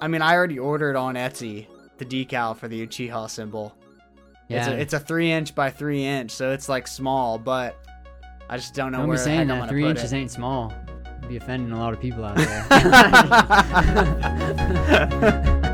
I mean, I already ordered on Etsy the decal for the Uchiha symbol. It's Yeah. a, it's a three inch by three inch, so it's like small, but I just don't know I'm where just the saying heck I'm that gonna three put inches it. ain't small. You'd be offending a lot of people out there.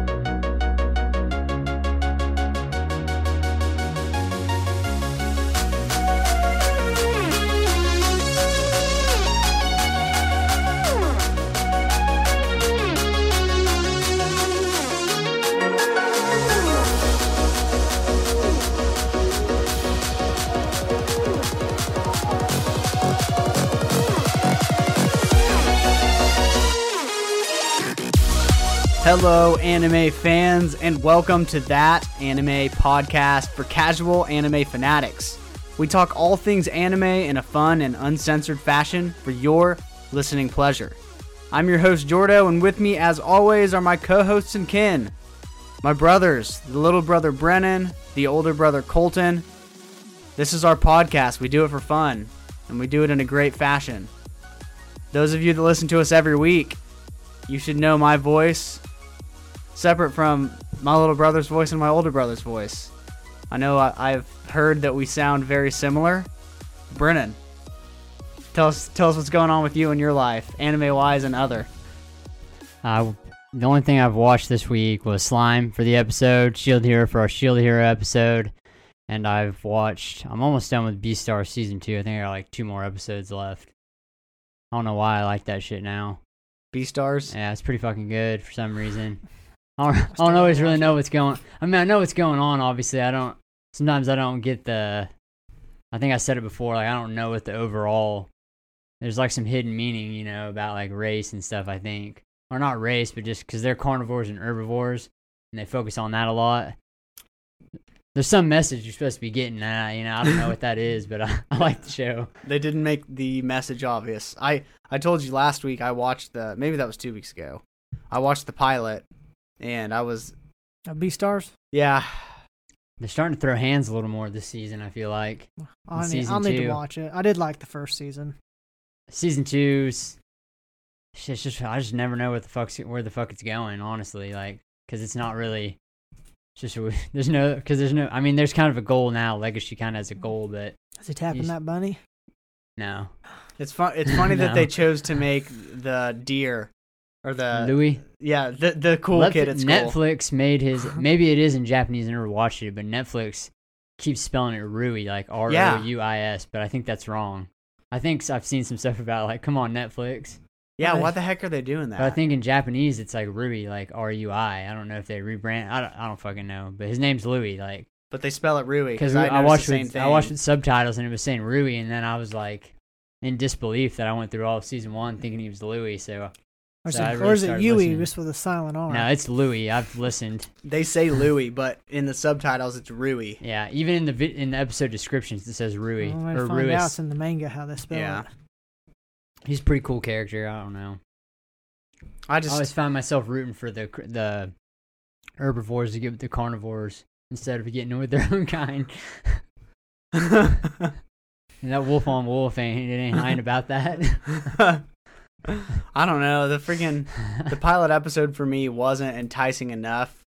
Hello, anime fans, and welcome to that anime podcast for casual anime fanatics. We talk all things anime in a fun and uncensored fashion for your listening pleasure. I'm your host, Jordo, and with me, as always, are my co hosts and kin my brothers, the little brother Brennan, the older brother Colton. This is our podcast. We do it for fun, and we do it in a great fashion. Those of you that listen to us every week, you should know my voice separate from my little brother's voice and my older brother's voice. I know I, I've heard that we sound very similar. Brennan, tell us tell us what's going on with you in your life, anime wise and other. Uh, the only thing I've watched this week was Slime for the episode, Shield Hero for our Shield Hero episode, and I've watched. I'm almost done with Beastar season two. I think there are like two more episodes left. I don't know why I like that shit now. B stars. Yeah, it's pretty fucking good for some reason. I don't, I don't always really know what's going. I mean, I know what's going on. Obviously, I don't. Sometimes I don't get the. I think I said it before. Like I don't know what the overall. There's like some hidden meaning, you know, about like race and stuff. I think, or not race, but just because they're carnivores and herbivores, and they focus on that a lot. There's some message you're supposed to be getting at, you know. I don't know what that is, but I, I like the show. They didn't make the message obvious. I I told you last week I watched the maybe that was two weeks ago. I watched the pilot and I was Uh, B stars. yeah They're starting to throw hands a little more this season. I feel like. I need, season I'll need two. to watch it. I did like the first season. season two's shit, it's just I just never know what the fuck's where the fuck it's going. Honestly, like because it's not really. It's just a- there's no because there's no. I mean, there's kind of a goal now. Legacy kind of has a goal, but Is he tapping Yes. that bunny? no. it's fun it's funny that No. they chose to make the deer or the Louis Yeah, the the cool Netf- Uh, kid at school. Netflix made his. Maybe it is in Japanese. I never watched it, but Netflix keeps spelling it Rui like R O U I S, but I think that's wrong. I think s- I've seen some stuff about like, come on Netflix. Yeah, Right. why the heck are they doing that? But I think in Japanese it's like Rui, like R U I. I don't know if they rebrand. I don't, I don't fucking know. But his name's Louis, like But they spell it Rui because because I, I, noticed watched the same with, thing. I watched with subtitles and it was saying Rui, and then I was like in disbelief that I went through all of season one thinking he was Louis. So Or is So I it, really or is it started Yui listening. just with a silent R? no, it's Louis. I've listened. they say Louis, but in the subtitles it's Rui. Yeah, even in the vi- in the episode descriptions it says Rui I'm gonna or find out Ruiz. it's in the manga how they spell Yeah. it. He's a pretty cool character. I don't know. I I just always found myself rooting for the cr- the herbivores to get with the carnivores instead of getting with their own kind. And that wolf on wolf ain't it ain't lying about that. I don't know. The freaking the pilot episode for me wasn't enticing enough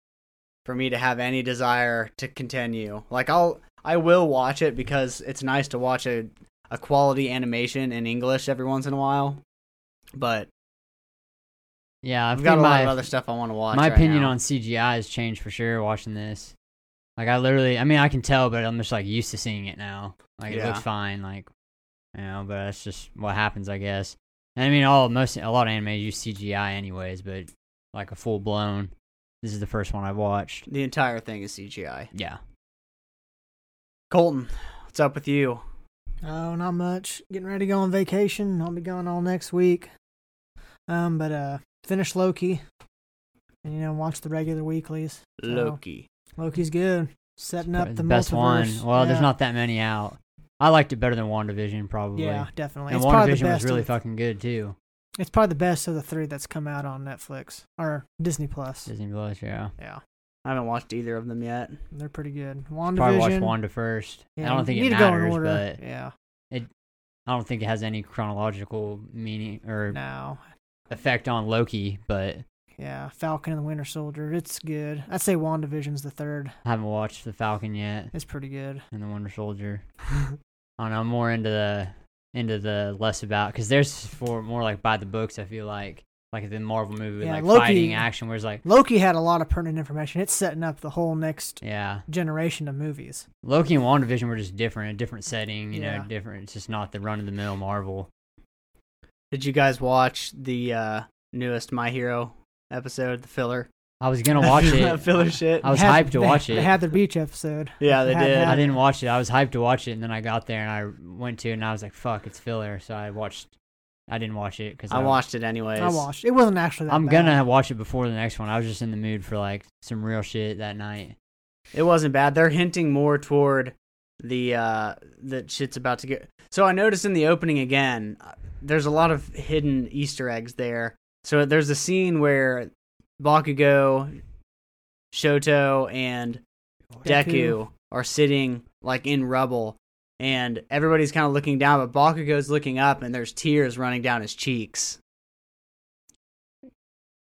for me to have any desire to continue. Like I'll I will watch it because it's nice to watch a a quality animation in English every once in a while. But yeah, I I've think got a lot my, of other stuff I want to watch. my right opinion now. on CGI has changed for sure watching this. Like I literally, I mean, I can tell, but I'm just like used to seeing it now. Like it Yeah. looks fine, like you know. But that's just what happens, I guess. And I mean, all most a lot of anime use CGI anyways, but like a full blown. This is the first one I've watched. the entire thing is CGI. Yeah, Colton, what's up with you? Oh, not much. Getting ready to go on vacation. I'll be gone all next week. Um, but uh, finish Loki, and you know, watch the regular weeklies. So, Loki. Loki's good. Setting up Probably the, best multiverse. one. Well, there's Yeah. not that many out. I liked it better than WandaVision probably. Yeah, definitely. and it's probably the WandaVision best. was really of, fucking good too. It's probably the best of the three that's come out on Netflix or Disney Plus. Disney Plus, yeah. Yeah, I haven't watched either of them yet. they're pretty good. Probably watch WandaVision, Wanda first. Yeah, I don't you think need it to go in matters, order. but yeah, I don't think it has any chronological meaning or no, effect on Loki, but Yeah, Falcon and the Winter Soldier. It's good. I'd say WandaVision's the third. I haven't watched The Falcon yet It's pretty good. and The Wonder Soldier. I don't know. I'm more into the into the less about because there's for more like by the books. I feel like like the Marvel movie with Yeah, like Loki- fighting action, where it's like Loki had a lot of pertinent information. It's setting up the whole next yeah, generation of movies. Loki and WandaVision were just different, a different setting. You know, Yeah. different. It's just not the run of the mill Marvel. Did you guys watch the uh, newest My Hero episode, the filler? I was gonna watch That it. filler shit. I was They had- hyped to they- watch They it. had their beach episode. yeah, they had did. I didn't watch it. I was hyped to watch it, and then I got there and I went to, it and I was like, "Fuck, it's filler." So I watched. I didn't watch it because I watched it anyways. I watched. It wasn't actually that I'm bad. gonna watch it before the next one. I was just in the mood for like some real shit that night. It wasn't bad. They're hinting more toward the uh that shit's about to get. So I noticed in the opening again, uh, there's a lot of hidden Easter eggs there. So there's a scene where Bakugo, Shoto, and Deku, Deku. are sitting like in rubble, and everybody's kind of looking down, but Bakugo's looking up, and there's tears running down his cheeks.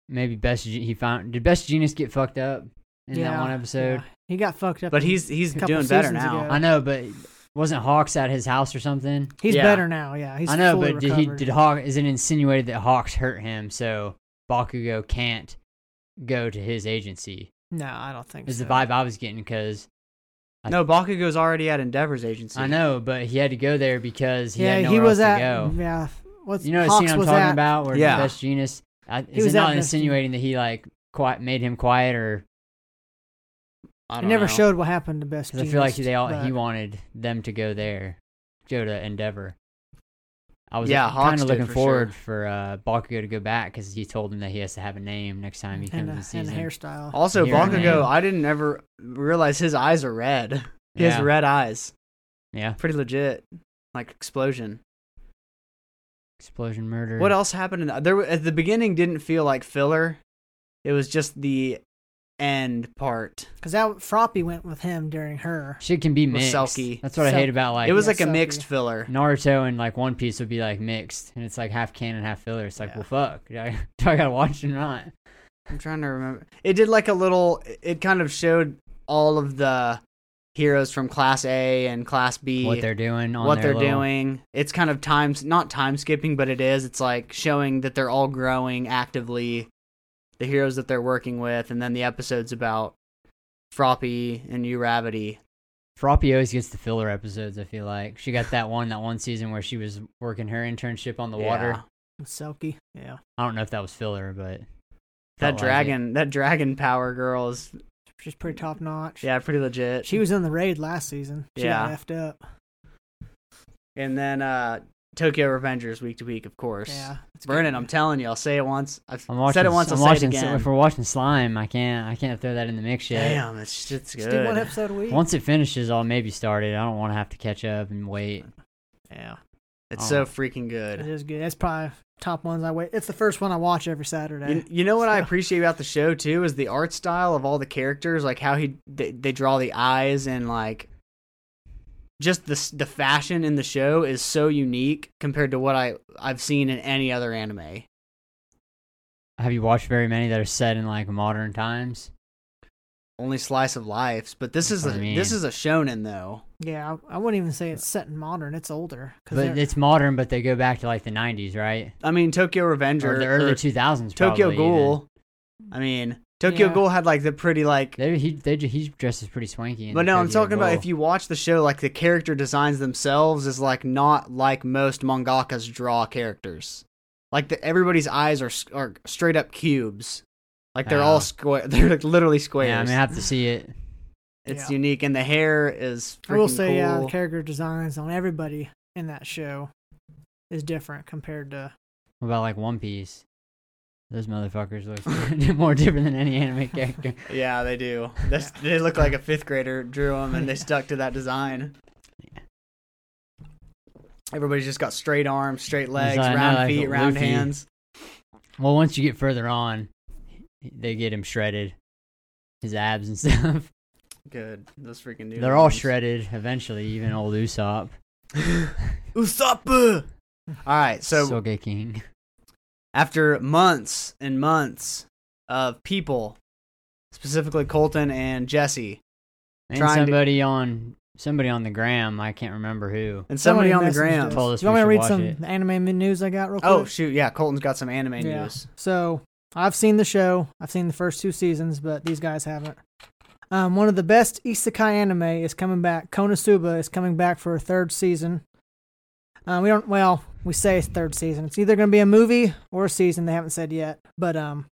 Maybe best Ge- he found did best genius get fucked up in that Yeah, one episode. yeah. He got fucked up. But in- he's he's A couple doing better seasons now. ago. I know, but wasn't Hawks at his house or something? he's yeah. better now. Yeah, he's I know, fully but did he recovered. did Hawk? Is it insinuated that Hawks hurt him so Bakugo can't go to his agency? No, I don't think Is so. the vibe I was getting because I- No, Bakugo's already at Endeavor's agency. I know, but he had to go there because he yeah, had he nowhere was else at. to go. Yeah, what's You know the Hawks scene I'm was talking at, about where Yeah. Best Genius I, is was it at not Best insinuating that he like quiet made him quiet or I It don't never know. showed what happened to Best. because I feel like Genius, they all he but- wanted them to go there, go to Endeavor. I was Yeah, Hawks kind of did looking for forward sure. for uh, Bakugo to go back because he told him that he has to have a name next time he comes and, in uh, and season. hairstyle. Also, Here and Bakugo, there. I didn't ever realize his eyes are red. He yeah, has red eyes. yeah, Pretty legit. Like explosion. explosion murder. What else happened in the, there wa- at the beginning didn't feel like filler. It was just the end part. Because that Froppy went with him during her. Shit can be Was mixed. Selkie. That's what I Sel- hate about like Mm. it was yeah, like a Selkie. mixed filler. Naruto and like One Piece would be like mixed, and it's like half canon, half filler. It's like, Yeah. well, fuck, do I, do I gotta watch it or not? I'm trying to remember. It did like a little it kind of showed all of the heroes from class A and class B. What they're doing on what their they're little- doing. It's kind of times not time skipping, but it is. It's like showing that they're all growing actively, the heroes that they're working with, and then the episodes about Froppy and Uravity. Froppy always gets the filler episodes. I feel like she got that one that one season where she was working her internship on the water. Yeah. With Selkie. Yeah. I don't know if that was filler, That but felt like it. dragon, that dragon power girl is She's pretty top notch. yeah, pretty legit. She was in the raid last season. She Yeah. got effed up. and then uh Tokyo Revengers week to week, of course. Yeah. it's Vernon, good. I'm telling you, I'll say it once. I've I'm watching. said it once, I'm I'll say watching. it again. If we're watching slime, I can't. I can't throw that in the mix yet. Damn, it's it's Just do one good. episode a week. Once it finishes, I'll maybe start it. I don't want to have to catch up and wait. Yeah. It's so Oh. freaking good. It is good. That's probably top ones I wait. It's the first one I watch every Saturday. You, you know what I So- appreciate about the show too is the art style of all the characters, like how he they, they draw the eyes and like just the s- the fashion in the show is so unique compared to what I I've seen in any other anime. Have you watched very many that are set in like modern times? Only slice of lives, but this is a That's what I this mean. is a shonen though. yeah, I, I wouldn't even say it's set in modern. It's older. 'cause But they're- it's modern, but they go back to like the '90s, right? I mean Tokyo Revenger, Or the or er, early 2000s. Tokyo probably, even. Ghoul. I mean Tokyo Yeah. Ghoul had like the pretty like They, he they, he dresses pretty swanky. in But the no, I'm Tokyo talking about Ghoul. if you watch the show, like the character designs themselves is like not like most mangakas draw characters. Like the, everybody's eyes are s- are straight up cubes. Like they're Oh. all square. They're like literally squares. Yeah, I mean, I have to see it. it's Yeah. unique, and the hair is. I will freaking say, cool. yeah, the character designs on everybody in that show is different compared to. What about like One Piece? Those motherfuckers look more different than any anime character. Yeah, they do. That's, They look like a fifth grader drew them, and they stuck to that design. Everybody's just got straight arms, straight legs, I know, round like feet, round Luffy. hands. Well, once you get further on, they get him shredded. His abs and stuff. Good, those freaking dudes. They're all shredded eventually, even old Usopp. Usopp. All right, so Soge King. after months and months of people, specifically Colton and Jesse, And trying to- somebody on somebody on the gram, I can't remember who. and somebody Somebody on the messaged gram. us. Told us you we want me to read should some watch anime news I got real quick? Oh shoot, yeah, Colton's got some anime Yeah. news. So I've seen the show. I've seen the first two seasons, but these guys haven't. Um, one of the best isekai anime is coming back. Konosuba is coming back for a third season. Uh, we don't. Well, we say it's third season. It's either going to be a movie or a season. They haven't said yet. But um,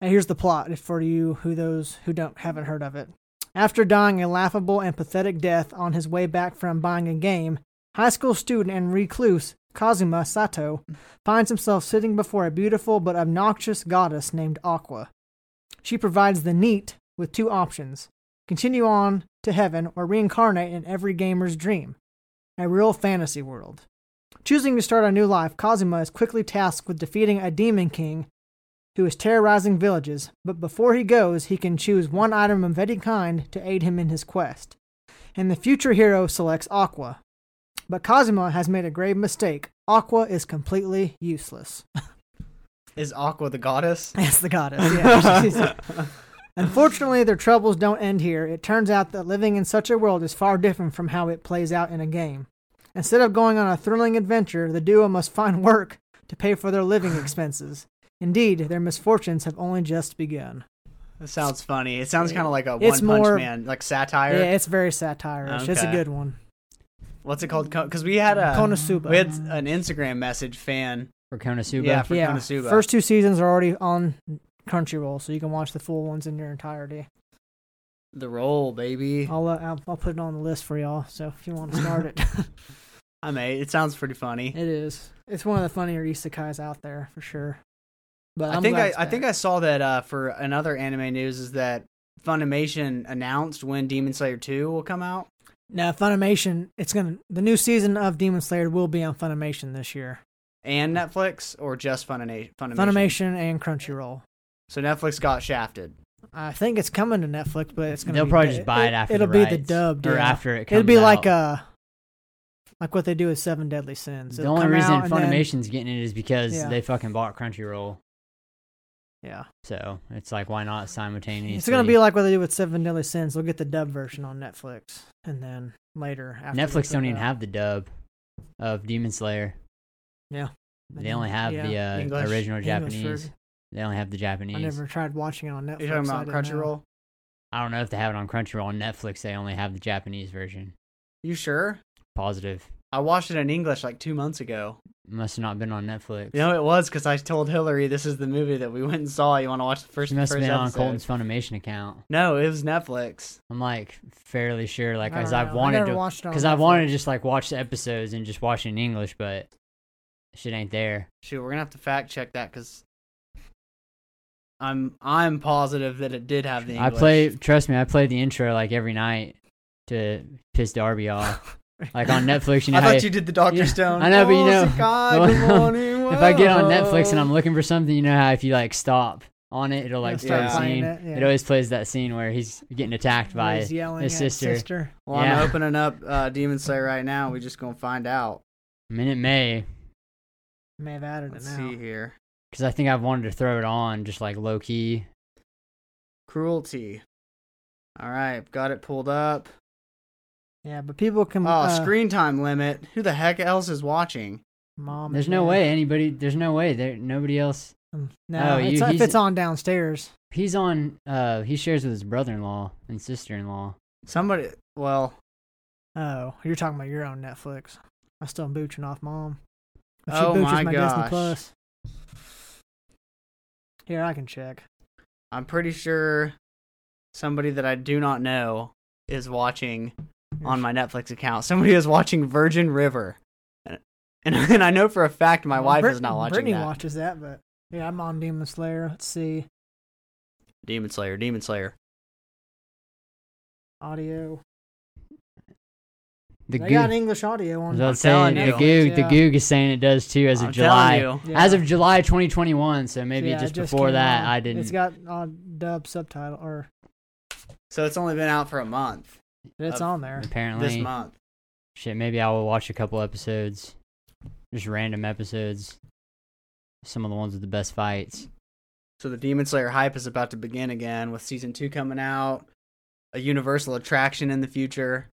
and here's the plot for you who those who don't haven't heard of it. After dying a laughable and pathetic death on his way back from buying a game, high school student and recluse Kazuma Sato finds himself sitting before a beautiful but obnoxious goddess named Aqua. She provides the neat with two options continue on to heaven or reincarnate in every gamer's dream, a real fantasy world. Choosing to start a new life, Kazuma is quickly tasked with defeating a demon king who is terrorizing villages, but before he goes, he can choose one item of any kind to aid him in his quest. And the future hero selects Aqua, but Kazuma has made a grave mistake. Aqua is completely useless. Is Aqua the goddess? That's the goddess. Yeah. She's- Unfortunately, their troubles don't end here. It turns out that living in such a world is far different from how it plays out in a game. Instead of going on a thrilling adventure, the duo must find work to pay for their living expenses. Indeed, their misfortunes have only just begun. That sounds funny. It sounds kind of like a It's One Punch more- Man, like satire. Yeah, it's very satirish. It's a Okay. good one. What's it called? Because we had a Konosuba. we had an Instagram message fan. For Konosuba. Yeah, for yeah, Konosuba. first two seasons are already on Crunchyroll, so you can watch the full ones in their entirety. the roll, baby. I'll, uh, I'll I'll put it on the list for y'all. So if you want to start it, I mean, it sounds pretty funny. it is. It's one of the funnier isekais out there for sure. But I I'm think glad I, it's I think back. I saw that uh, for another anime news is that Funimation announced when Demon Slayer two will come out. now Funimation. It's gonna the new season of Demon Slayer will be on Funimation this year. And Netflix or just Funimation? Funimation. Hmm. Funimation and Crunchyroll. So Netflix got shafted. I think it's coming to Netflix, but it's gonna. They'll be probably du- just buy it after It'll the be the rights, dubbed or yeah. after it It'll comes be like out. uh like what they do with Seven Deadly Sins. the It'll only come reason out and then- Funimation's getting it is because Yeah. they fucking bought Crunchyroll. yeah, So it's like, why not simultaneously? it's gonna be like what they do with Seven Deadly Sins. They'll get the dub version on Netflix, and then later after they Netflix put don't it even out. have the dub of Demon Slayer. They only have the uh, English- original English Japanese. version. They only have the Japanese. I I, never tried watching it on Netflix. You're talking so I about didn't know. Crunchyroll? don't know if they have it on Crunchyroll. On Netflix, they only have the Japanese version. You sure? Positive. I watched it in English like two months ago. Must have not been on Netflix. You know, it was because I told Hillary this is the movie that we went and saw. You want to watch the first? She must have first been on episode. Colton's Funimation account. No, it was Netflix. I'm like fairly sure, like I as don't I've know. I wanted never to, watched it on because I've wanted Netflix. to just like watch the episodes and just watch it in English, but shit ain't there. Shoot, we're gonna have to fact check that because I'm I'm positive that it did have the. I English. play, trust me, I play the intro like every night to piss Darby off. like on Netflix, you know I how thought you- you did the Doctor yeah, Stone. I know, but you Oh, know, the guy, the the one- one who if I get on Netflix and I'm will. looking for something, you know how if you like stop on it, it'll like It'll start start a scene. playing It, it, yeah. always plays that scene where he's getting attacked by He's yelling his at sister. sister. well, yeah. I'm opening up uh, Demon Slayer right now. We're just gonna find out. Minute May, May have added Let's it now. see here. because I think I've wanted to throw it on just like low key. Cruelty. All right, got it pulled up. Yeah, but people can. Oh, uh, screen time limit. Who the heck else is watching? Mom. There's and no dad. way anybody. There's no way there. Nobody else. Um, Oh, No, you- it's, if he's- it's on downstairs. He's on. Uh, he shares with his brother-in-law and sister-in-law. Somebody. Well, Oh, you're talking about your own Netflix. I still am booching off mom. But Oh booches my gosh. Disney Plus. Here, I can check. I'm pretty sure somebody that I do not know is watching on my Netflix account. Somebody is watching Virgin River, and and, and I know for a fact my Well, wife Brit- is not watching Brittany that. watches that, but yeah, I'm on Demon Slayer. Let's see. Demon Slayer, Demon Slayer. Audio. The they goo. got English audio I on. was I'm about telling saying, the you. goog. The Yeah. goog is saying it does too as of I'm July. telling you. Yeah. As of July 2021, so maybe Yeah, it just just before came that, out. I didn't. It's got uh, dub subtitle, or So it's only been out for a month. it's Uh, on there. apparently, This month. Shit, maybe I will watch a couple episodes. Just random episodes. Some of the ones with the best fights. So the Demon Slayer hype is about to begin again with season two coming out, a universal attraction in the future.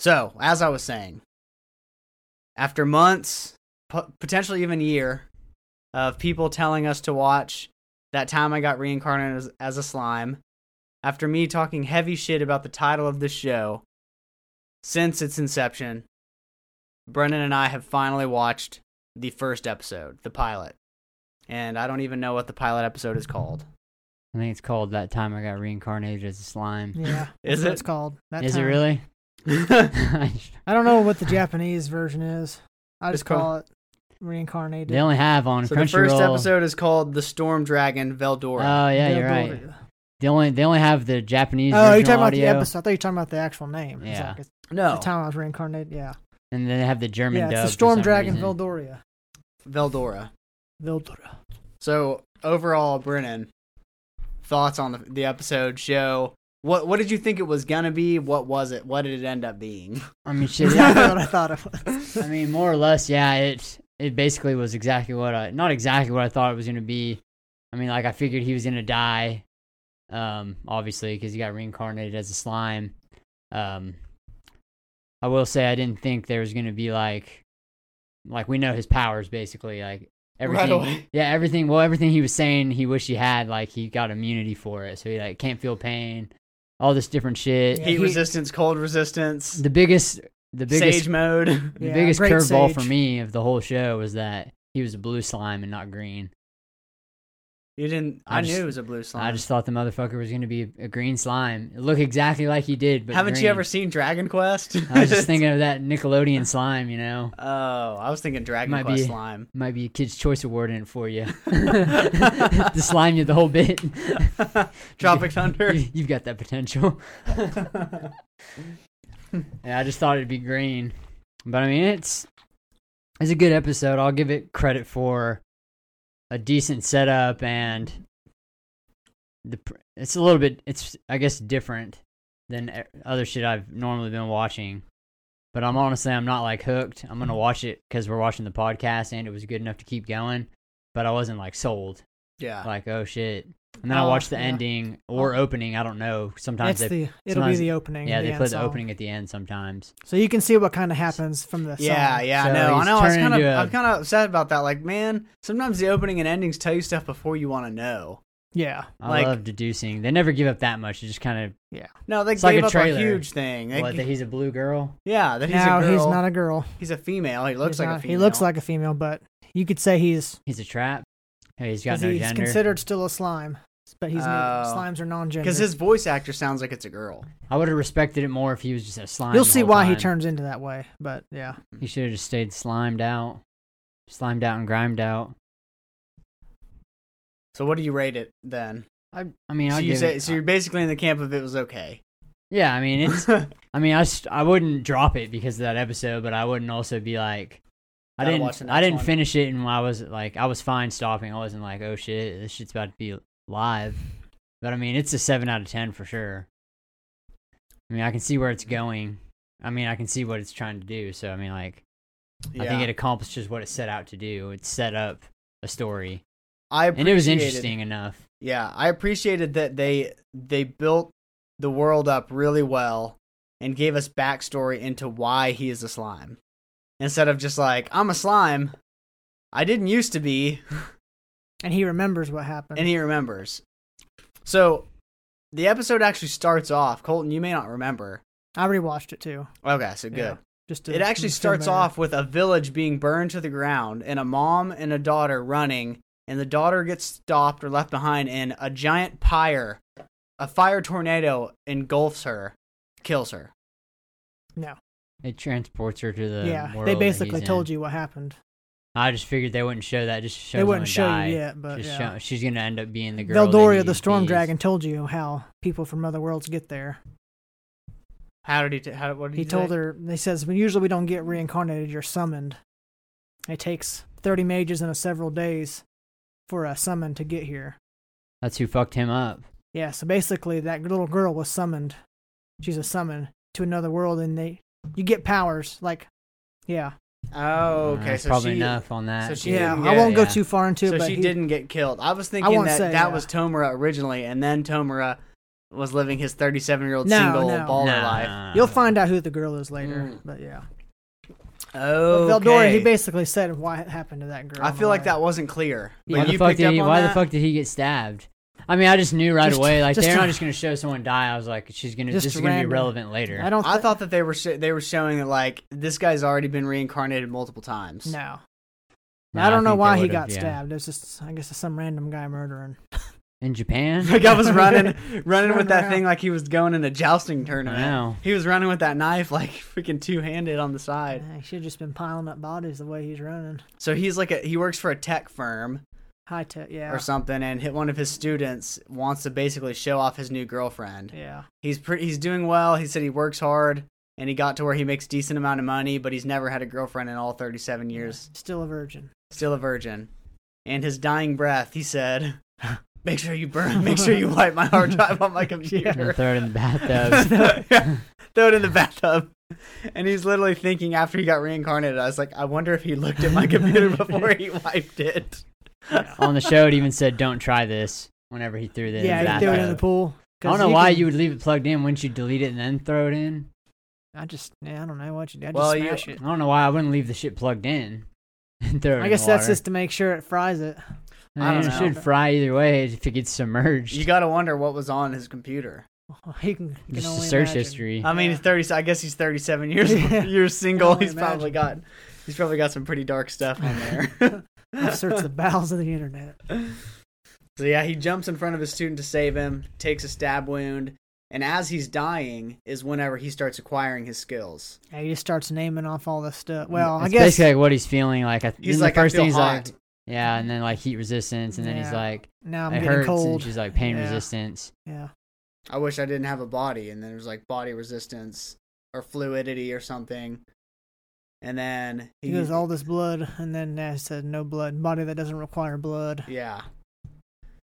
So, as I was saying, after months, po- potentially even a year, of people telling us to watch that time I got reincarnated as, as a slime, after me talking heavy shit about the title of this show since its inception, Brennan and I have finally watched the first episode, the pilot. And I don't even know what the pilot episode is called. I think it's called That Time I Got Reincarnated as a Slime. Yeah. Is that's it? what it's called. That Is it time. really? I don't know what the Japanese version is. I It's just called- call it reincarnated. they only have on so the Crunchyroll. first episode is called The Storm Dragon Oh Veldora. yeah, The you're right. Dora. They only they only have the Japanese Oh, you're original talking about audio, the episode. I thought you were talking about the actual name. It's Yeah. like, it's no, The time I was reincarnated. Yeah. and then they have the German yeah. dub. It's the for Storm some Dragon reason. Veldoria. Veldora. Veldora. So overall, Brennan, thoughts on the, the episode show? What what did you think it was gonna be? What was it? What did it end up being? I mean, shit, yeah, Exactly what I thought it was. I mean, more or less, yeah. It it basically was exactly what I not exactly what I thought it was gonna be. I mean, like I figured he was gonna die, um, obviously because he got reincarnated as a slime. Um, I will say I didn't think there was gonna be like, like we know his powers basically like everything. away. Yeah, everything. Well, everything he was saying he wished he had like he got immunity for it, so he like can't feel pain, all this different shit. Yeah, Heat he- resistance, cold resistance, The biggest, the biggest sage mode. the Yeah, biggest great curveball for sage. me of the whole show was that he was a blue slime and not green. You didn't. I, I just- knew it was a blue slime. I just thought the motherfucker was going to be a green slime. It looked exactly like he did, but Haven't you green. ever seen Dragon Quest? I was just thinking of that Nickelodeon slime. You know, Oh, I was thinking Dragon Might Quest be. slime. might be a Kids Choice Award in it for you. the slime you the whole bit. Tropic Thunder. You- You've got that potential. Yeah, I just thought it'd be green, but I mean it's it's a good episode. I'll give it credit for a decent setup and the pr- it's a little bit it's I guess different than e- other shit I've normally been watching. But I'm honestly I'm not like hooked. I'm gonna watch it because we're watching the podcast and it was good enough to keep going. But I wasn't like sold. yeah. Like oh shit. And then I Oh, watched the yeah. ending or opening. I don't know. Sometimes It's they the, it'll be sometimes- the opening. yeah the they end play the song. opening at the end sometimes. So you can see what kind of happens from the Yeah, song. yeah, So no, I he's know. I was turning kind of, into a- I'm kind of upset about that. Like, man, sometimes the opening and endings tell you stuff before you want to know. Yeah. I Like- love deducing. They never give up that much. They just kind No, they It's like gave a up trailer. a huge thing. of They- what that he's a blue girl. yeah, that he's now a girl. he's not a girl. He's a female. He looks He's like a not- female. He looks like a female, but you could say he's He's a trap. Hey, he's got because no he's gender. considered still a slime, but he's not, Oh. slimes are non-gender. because his voice actor sounds like it's a girl. I would have respected it more if he was just a slime. You'll the see whole why he time. turns into that way, but yeah, He should have just stayed slimed out, slimed out and grimed out. So what do you rate it then? I, I mean, so I'd you give say, it, so you're basically in the camp of it was okay. yeah. I mean, it's. I mean, I, st- I wouldn't drop it because of that episode, but I wouldn't also be like, I Gotta watch didn't. the I next didn't one. finish it, and I was like, I was fine stopping. I wasn't like, oh shit, this shit's about to be live. But I mean, it's a seven out of ten for sure. I mean, I can see where it's going. I mean, I can see what it's trying to do. So I mean, like, I Yeah. think it accomplishes what it set out to do. It set up a story, I and it was appreciated- interesting enough. Yeah, I appreciated that they they built the world up really well and gave us backstory into why he is a slime. Instead of just like, I'm a slime. I didn't used to be, and he remembers what happened. and he remembers. So the episode actually starts off, Colton, you may not remember. I rewatched it too. Okay, so good. Yeah, Just to It actually just to starts remember. off with a village being burned to the ground and a mom and a daughter running, and the daughter gets stopped or left behind, and a giant pyre, a fire tornado engulfs her, kills her. No, It transports her to the yeah, World they basically told you. you what happened. I just figured they wouldn't show that. Just show they wouldn't someone show die. you yet, but Just yeah. show- she's gonna end up being the girl. they Veldoria, need the to storm tease. dragon, told you how people from other worlds get there. How did he? T- how, what did He told her, he says, "We usually we don't get reincarnated. You're summoned. It takes 30 mages and a several days for a summon to get here." That's who fucked him up. Yeah, so basically that little girl was summoned. She's a summon to another world and they you get powers like yeah. Oh, okay. Uh, That's so probably she, enough on that. so she- Yeah, didn't I get- won't go yeah. too far into it, So but she he- didn't get killed. I was thinking won't that say, that yeah. was Tomura originally, and then Tomura was living his 37 year old No, single no. baller Nah. life. You'll find out who the girl is later, Mm. but yeah. Oh, But Valdori, he basically said why it happened to that girl. I in a feel like way. that wasn't clear. Why But the you fuck picked did up he? on Why the that? fuck did he get stabbed? I mean, I just knew right Just- away. Like just they're a- not just gonna show someone die. I was like, she's gonna. Just This is gonna be random. relevant later. I don't. I thi- thought that they were sh- they were showing that like this guy's already been reincarnated multiple times. no. No, I don't know think they why he would've, got yeah. stabbed. It's just I guess it's some random guy murdering. in Japan. Like I was running, running with that around. thing like he was going in a jousting tournament. Wow. He was running with that knife like freaking two handed on the side. Yeah, he should have just been piling up bodies the way he's running. So he's like a he works for a tech firm High tech, yeah, or something, and hit one of his students wants to basically show off his new girlfriend. yeah. He's pretty, he's doing well. He said he works hard, and he got to where he makes decent amount of money, but he's never had a girlfriend in all 37 years. Still a virgin. Still a virgin. And his dying breath, he said, "Make sure you burn. Make sure you wipe my hard drive on my computer." And throw it in the bathtub. Yeah, throw it in the bathtub. And he's literally thinking after he got reincarnated, I was like, I wonder if he looked at my computer before he wiped it. on the show, it even said, "Don't try this." Whenever he threw it in the yeah, he bathtub. threw it in the pool. I don't 'Cause know why can- you would leave it plugged in. Wouldn't you delete it and then throw it in? I just, yeah, I don't know what you did. I Well, just you- smash it. I don't know why I wouldn't leave the shit plugged in and throw it. I in guess the that's water. just to make sure it fries it. I I don't it should know. fry either way if it gets submerged. You gotta wonder what was on his computer. He can, he can just the only search imagine. Uh, history. I mean, he's thirty. I guess he's thirty-seven years Yeah. years single. only He's probably got he's probably got some pretty dark stuff on there. I've searched the bowels of the internet. so yeah, he jumps in front of his student to save him, takes a stab wound, and as he's dying, is whenever he starts acquiring his skills. Yeah, he just starts naming off all this stuff. Well, Mm, it's I guess basically like what he's feeling like. I, th- He's then like, the first I feel thing he's hot. like, yeah, and then like heat resistance, and then he's Yeah. like, now I'm it getting hurts, cold. and she's like pain Yeah. resistance. Yeah, I wish I didn't have a body. And then there's like body resistance or fluidity or something. And then he goes all this blood, and then uh, said no blood. Body that doesn't require blood. yeah.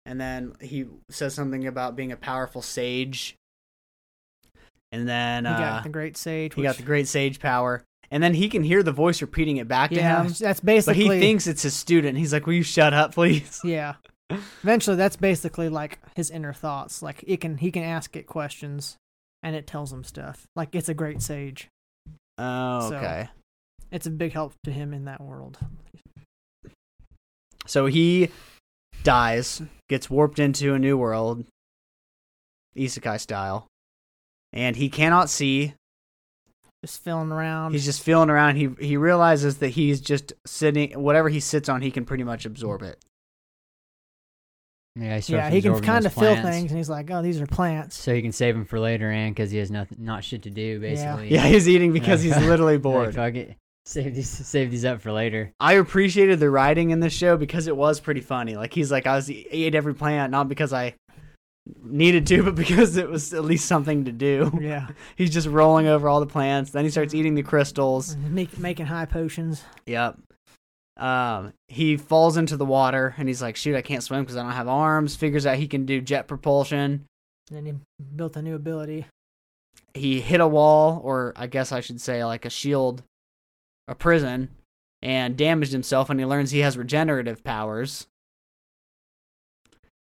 And then he says something about being a powerful sage. And then He uh, got the great sage. he which- got the great sage power. And then he can hear the voice repeating it back yeah, to him. that's But basically. he thinks it's his student. He's like, "Will you shut up, please?" Yeah. Eventually, that's basically like his inner thoughts. Like it can he can ask it questions, and it tells him stuff. Like it's a great sage. Oh, So- okay. It's a big help to him in that world. So he dies, gets warped into a new world, isekai style, and he cannot see. Just feeling around. He's just feeling around. He he realizes that he's just sitting. Whatever he sits on, he can pretty much absorb it. Yeah, he, starts yeah, he can absorbing kind those of feel plants, things, and he's like, "Oh, these are plants." so he can save them for later, and because he has nothing, not shit to do, basically. Yeah, he's eating because he's literally Like, bored. fuck it, save these, save these up for later. I appreciated the writing in this show because it was pretty funny. Like he's like, I was ate every plant not because I needed to, but because it was at least something to do. Yeah, He's just rolling over all the plants. Then he starts eating the crystals. Make, making high potions. Yep. Um, he falls into the water and he's like, "Shoot, I can't swim because I don't have arms." Figures out he can do jet propulsion. And then he built a new ability. He hit a wall, or I guess I should say, like a shield, a prison, and damaged himself. And he learns he has regenerative powers.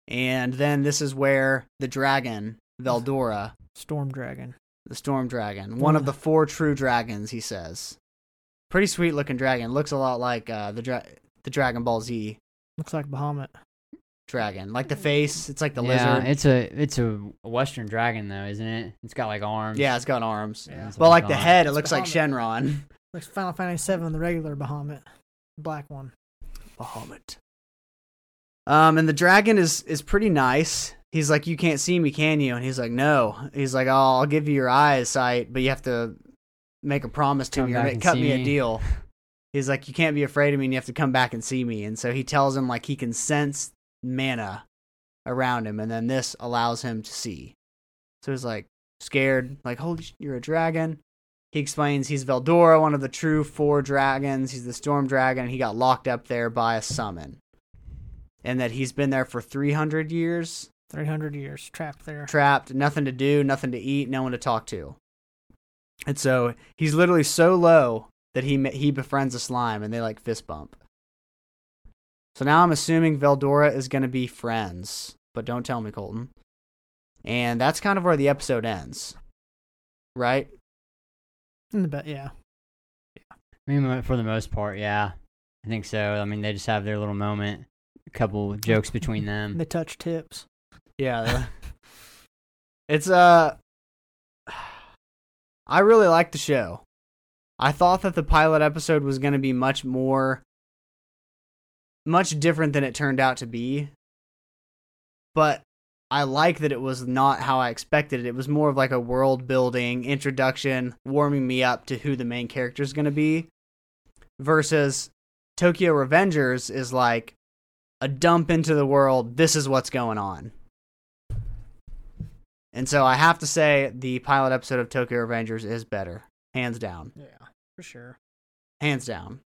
And then this is where the dragon Veldora, Storm dragon. the storm dragon, one of the four true dragons, he says, pretty sweet looking dragon. Looks a lot like uh, the dra- the Dragon Ball Z Looks like Bahamut. dragon. Like the face, it's like the yeah, lizard. it's a it's a Western dragon though, isn't it? It's got like arms. yeah, it's got arms. Yeah. Well, like the God. head, it It's looks like Shenron. Looks Final Fantasy VII, the regular Bahamut, black one. Bahamut. Um, and the dragon is is pretty nice. He's like, you can't see me, can you? And he's like, no. He's like, oh, I'll give you your eyes, sight, but you have to make a promise to Come me or back make, and cut see me a me." deal. He's like, you can't be afraid of me, and you have to come back and see me. And so he tells him like he can sense mana around him, and then this allows him to see. So he's like scared, like, holy, sh- you're a dragon. He explains he's Veldora, one of the true four dragons. He's the storm dragon. and He got locked up there by a summon. And that he's been there for 300 years, Three hundred years trapped there. trapped, nothing to do, nothing to eat, no one to talk to. And so he's literally so low that he ma- he befriends a slime and they like fist bump. So now I'm assuming Veldora is going to be friends, but don't tell me, Colton. And that's kind of where the episode ends, right? In the bet, yeah. I mean, mo- for the most part, yeah, I think so. I mean, they just have their little moment, a couple jokes between them. They touch tips. Yeah. the- it's uh I really like the show. I thought that the pilot episode was going to be much more much different than it turned out to be. But I like that it was not how I expected it. It was more of like a world building introduction, warming me up to who the main character is going to be versus Tokyo Revengers is like a dump into the world. This is what's going on. And so I have to say the pilot episode of Tokyo Revengers is better, hands down, Yeah, for sure. hands down.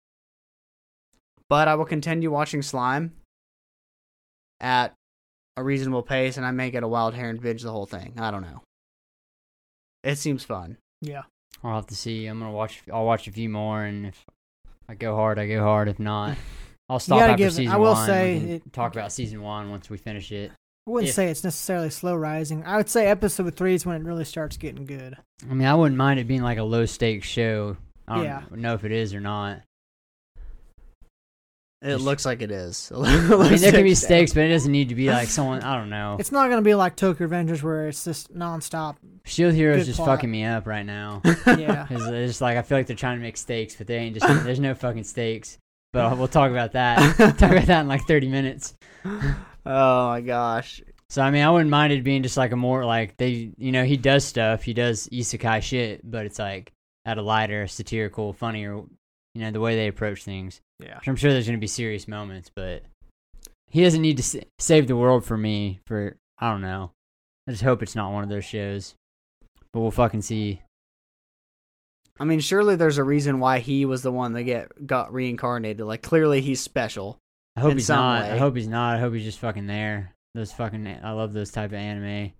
But I will continue watching Slime at a reasonable pace, and I may get a wild hair and binge the whole thing. I don't know. It seems fun. Yeah. I'll have to see. I'm gonna watch. I'll watch a few more, and if I go hard, I go hard. If not, I'll stop gotta after give it- season I will one. We say can it- talk about season one once we finish it. I wouldn't Yeah. say it's necessarily slow rising. I would say episode three is when it really starts getting good. I mean, I wouldn't mind it being like a low stakes show. I don't Yeah. know if it is or not. It Just- looks like it is. I mean, there can be stakes, but it doesn't need to be like someone. I don't know. It's not going to be like Tokyo Avengers where it's just nonstop. Shield Heroes good just plot. fucking me up right now. Yeah. 'Cause it's just like I feel like they're trying to make stakes, but they ain't just. There's no fucking stakes. But we'll talk about that. talk about that in like 30 minutes. oh my gosh. So I mean, I wouldn't mind it being just like a more like they, you know, he does stuff, he does isekai shit, but it's like at a lighter, satirical, funnier, you know, the way they approach things. Yeah. Which I'm sure there's gonna be serious moments, but he doesn't need to sa- save the world for me. For I don't know. I just hope it's not one of those shows. But we'll fucking see. I mean, surely there's a reason why he was the one that get got reincarnated. Like clearly he's special. I hope In he's some not. I way. hope he's not. I hope he's just fucking there. Those fucking. I love those type of anime.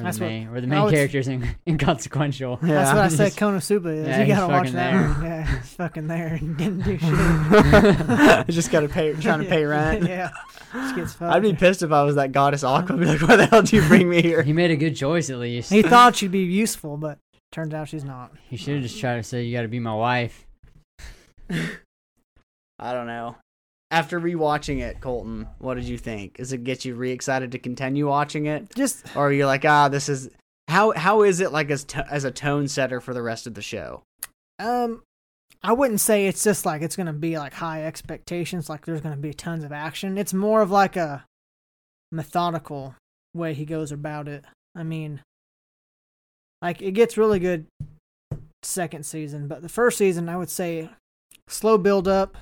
Where That's the what- main, where the I main would s- character's in, inconsequential. That's what I said Just- Konosuba is. Yeah, you he's gotta watch fucking that. there. one. Yeah, he's fucking there and didn't do shit. just gotta pay, trying to pay rent. yeah. Just gets fucked. I'd be pissed if I was that goddess Aqua. I'd Be like, why the hell did you bring me here? He made a good choice at least. He thought she'd be useful, but turns out she's not. He should have just tried to say, "You got to be my wife." I don't know. After rewatching it, Colton, what did you think? Does it get you re-excited to continue watching it, Just or are you like, ah, this is how how is it like as to, as a tone setter for the rest of the show? um I wouldn't say it's just like it's gonna be like high expectations, like there's gonna be tons of action. It's more of like a methodical way he goes about it. I mean like it gets really good second season, but the first season I would say slow build up.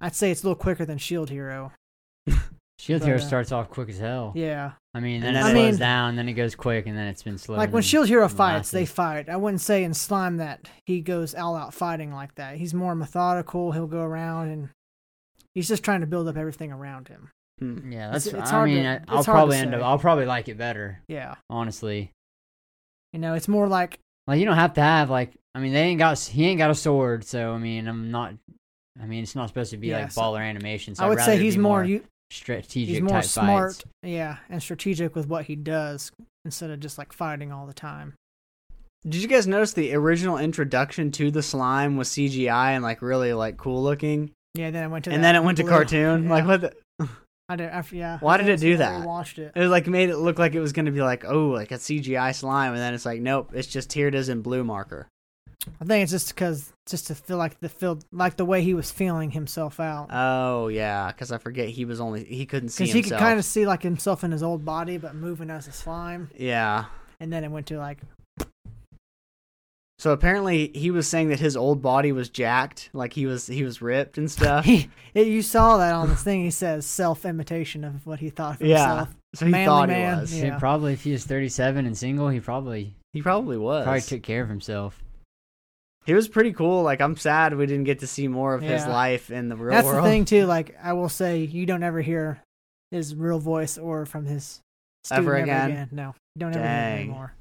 I'd say it's a little quicker than Shield Hero. Shield But, Hero uh, starts off quick as hell. Yeah. I mean, And then it then it- I slows mean- down, then it goes quick, and then it's been slow. Like and when then Shield Hero it fights, they lasted. fight. I wouldn't say in Slime that he goes all out fighting like that. He's more methodical. He'll go around and he's just trying to build up everything around him. Hmm. yeah, that's. it's- it's I hard to- mean, I- it's I'll hard to probably end say. up. I'll probably like it better, Yeah, honestly. you know, it's more like Like you don't have to have like. I mean, they ain't got. He ain't got a sword, so I mean, I'm not. I mean, it's not supposed to be Yeah, like so- baller animation. So I I'd would say rather it he's be more more, u- strategic he's more type smart, fights. yeah, and strategic with what he does instead of just like fighting all the time. Did you guys notice the original introduction to the slime was CGI and like really like cool looking, Yeah, then I went to and that then it went to blue- cartoon? yeah. Like what? The, I did after yeah. Why I did think it do I that? Watched it. It was like made it look like it was gonna be like, oh, like a CGI slime, and then it's like, nope, it's just here it is in blue marker. I think it's just because just to feel like the feel like the way he was feeling himself out. Oh yeah, because I forget he was only he couldn't see because he himself. could kind of see like himself in his old body, but moving as a slime. yeah. and then it went to like So apparently he was saying that his old body was jacked, like he was he was ripped and stuff. he, you saw that on the thing he says self imitation of what he thought of yeah. himself So he Manly thought man, he was. He yeah. probably, if he was 37 and single, he probably He probably was. probably took care of himself. he was pretty cool. Like I'm sad we didn't get to see more of his Yeah. life in the real that's world. the thing too like i will say you don't ever hear his real voice or from his student Ever again? no you don't ever hear Dang. him anymore